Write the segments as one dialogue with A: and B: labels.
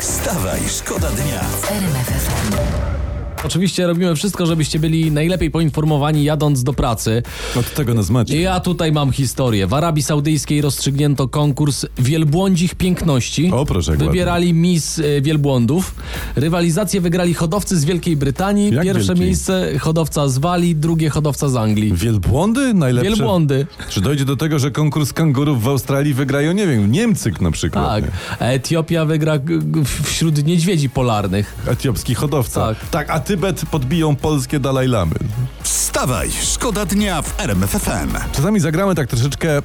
A: Wstawaj, szkoda dnia.
B: Oczywiście robimy wszystko, żebyście byli najlepiej poinformowani jadąc do pracy.
C: Od tego nas macie.
B: Ja tutaj mam historię. W Arabii Saudyjskiej rozstrzygnięto konkurs wielbłądzich piękności.
C: O, proszę, jak
B: Wybierali mis e, wielbłądów. Rywalizację wygrali hodowcy z Wielkiej Brytanii.
C: Jak
B: Pierwsze
C: wielki?
B: miejsce hodowca z Walii, drugie hodowca z Anglii.
C: Wielbłądy? Najlepsze.
B: Wielbłądy.
C: Czy dojdzie do tego, że konkurs kangurów w Australii wygrają, nie wiem, Niemcyk na przykład.
B: Tak. A Etiopia wygra g- g- w- wśród niedźwiedzi polarnych.
C: Etiopski hodowca.
B: Tak.
C: a Tybet podbiją polskie Dalaj Lamy.
A: Wstawaj, szkoda dnia w RMFFM.
C: Czasami zagramy tak troszeczkę e,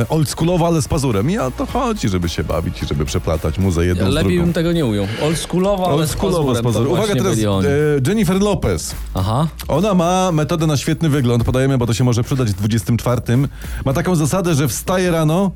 C: e, oldschoolowo, ale z pazurem. I o to chodzi, żeby się bawić i żeby przeplatać muzę jedną z
B: Lepiej
C: drugą.
B: bym tego nie ujął. Oldschoolowo, ale
C: Oldschoolowo z
B: z pozorem.
C: pazurem.
B: To
C: Uwaga
B: właśnie
C: teraz
B: byli
C: e,
B: oni.
C: Jennifer Lopez.
B: Aha.
C: Ona ma metodę na świetny wygląd, podajemy, bo to się może przydać w 24. Ma taką zasadę, że wstaje rano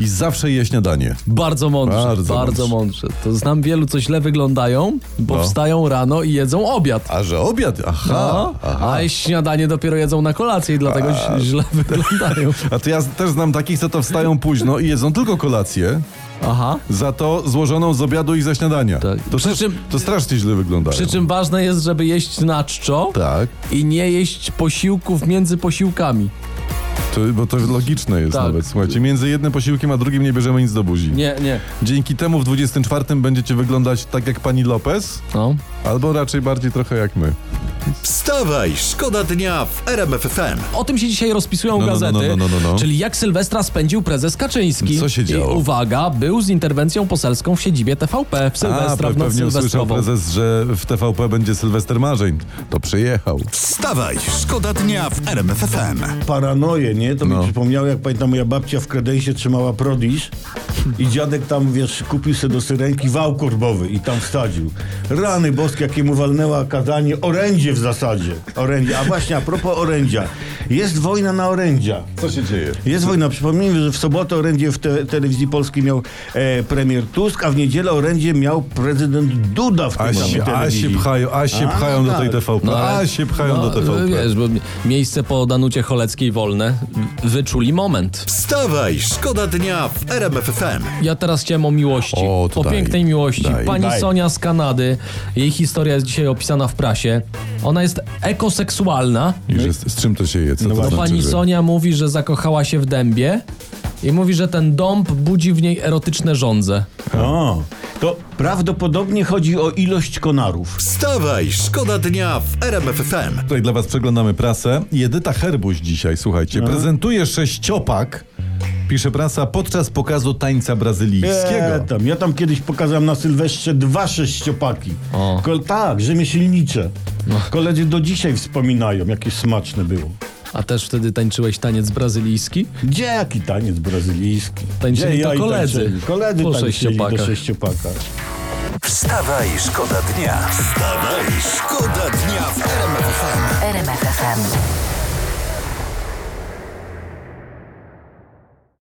C: i zawsze je śniadanie.
B: Bardzo mądrze, bardzo,
C: Bardzo
B: mądrze. To znam wielu, co źle wyglądają, bo
C: No.
B: wstają rano i jedzą obiad.
C: A że obiad, aha,
B: No,
C: aha.
B: a śniadanie dopiero jedzą na kolację i dlatego ź- źle wyglądają.
C: A to ja z- też znam takich, co to wstają późno i jedzą tylko kolację,
B: Aha.
C: za to złożoną z obiadu i ze śniadania.
B: Tak.
C: To,
B: Przy
C: strasz-
B: czym-
C: to strasznie źle wygląda.
B: Przy czym ważne jest, żeby jeść na czczo
C: Tak,
B: i nie jeść posiłków między posiłkami.
C: to, bo to logiczne jest
B: Tak.
C: nawet. Słuchajcie, między jednym posiłkiem a drugim nie bierzemy nic do buzi.
B: Nie, nie.
C: Dzięki temu w 24 będziecie wyglądać tak jak pani Lopez,
B: No.
C: albo raczej bardziej trochę jak my.
A: Wstawaj, szkoda dnia w RMFFM.
B: O tym się dzisiaj rozpisują
C: no, no,
B: gazety,
C: no, no, no, no.
B: czyli jak Sylwestra spędził prezes Kaczyński.
C: Co się działo?
B: I uwaga, był z interwencją poselską w siedzibie TVP w Sylwestra
C: A,
B: w noc
C: pewnie usłyszał
B: sylwestrową.
C: prezes, że w TVP będzie Sylwester Marzeń. To przyjechał.
A: Wstawaj, szkoda dnia w RMFFM.
D: paranoję, nie? To
C: No.
D: mi przypomniało, jak pamiętam, moja babcia w kredensie trzymała prodisz i dziadek tam, wiesz, kupił sobie do syrenki wał kurbowy i tam wsadził. Rany boskie, jakie mu walnęła kazanie, orędzie w zasadzie. Orędzie. A właśnie, a propos orędzia. Jest wojna na orędzia.
C: Co się dzieje?
D: Jest wojna. Przypomnijmy, że w sobotę orędzie w te, telewizji polskiej miał e, premier Tusk, a w niedzielę orędzie miał prezydent Duda w
C: A
D: tej samej
C: się, a się
D: telewizji.
C: pchają, a się
D: A,
C: pchają do tej
D: tak.
C: TVP. a
B: ale-
C: się pchają
B: no,
C: do TVP.
B: Wiesz, bo mi- miejsce po Danucie Choleckiej wolne w- wyczuli moment.
A: Wstawaj, szkoda dnia w RMFFM.
B: Ja teraz chciałem o miłości.
C: O, to
B: o
C: daj.
B: pięknej miłości.
C: Daj.
B: Pani
D: Daj.
B: Sonia z Kanady, jej historia jest dzisiaj opisana w prasie. Ona jest ekoseksualna.
C: I że z, z czym to się je? Co
D: No
C: to
D: właśnie.
C: znaczy,
B: Pani
C: No że...
B: Sonia mówi, że zakochała się w dębie i mówi, że ten dąb budzi w niej erotyczne żądze.
D: O, to prawdopodobnie chodzi o ilość konarów.
A: Wstawaj, szkoda dnia w RMFFM.
C: Tutaj dla was przeglądamy prasę. Jedyta Herbuś dzisiaj, słuchajcie, prezentuje sześciopak, pisze prasa, podczas pokazu tańca brazylijskiego.
D: Nie, tam. Ja tam kiedyś pokazałem na Sylwestrze dwa sześciopaki.
B: O. No.
D: Ko- tak, rzemieślnicze. Koledzy do dzisiaj wspominają, jakie smaczne było.
B: A też wtedy tańczyłeś taniec brazylijski?
D: Gdzie jaki taniec brazylijski?
B: Tańczyli
D: Gdzie
B: to
D: ja i
B: koledzy.
D: tańczyli? Koledzy
B: Po
D: tańczyli do
B: sześciopakach.
D: sześciopaka.
A: Wstawaj, szkoda dnia. Wstawaj,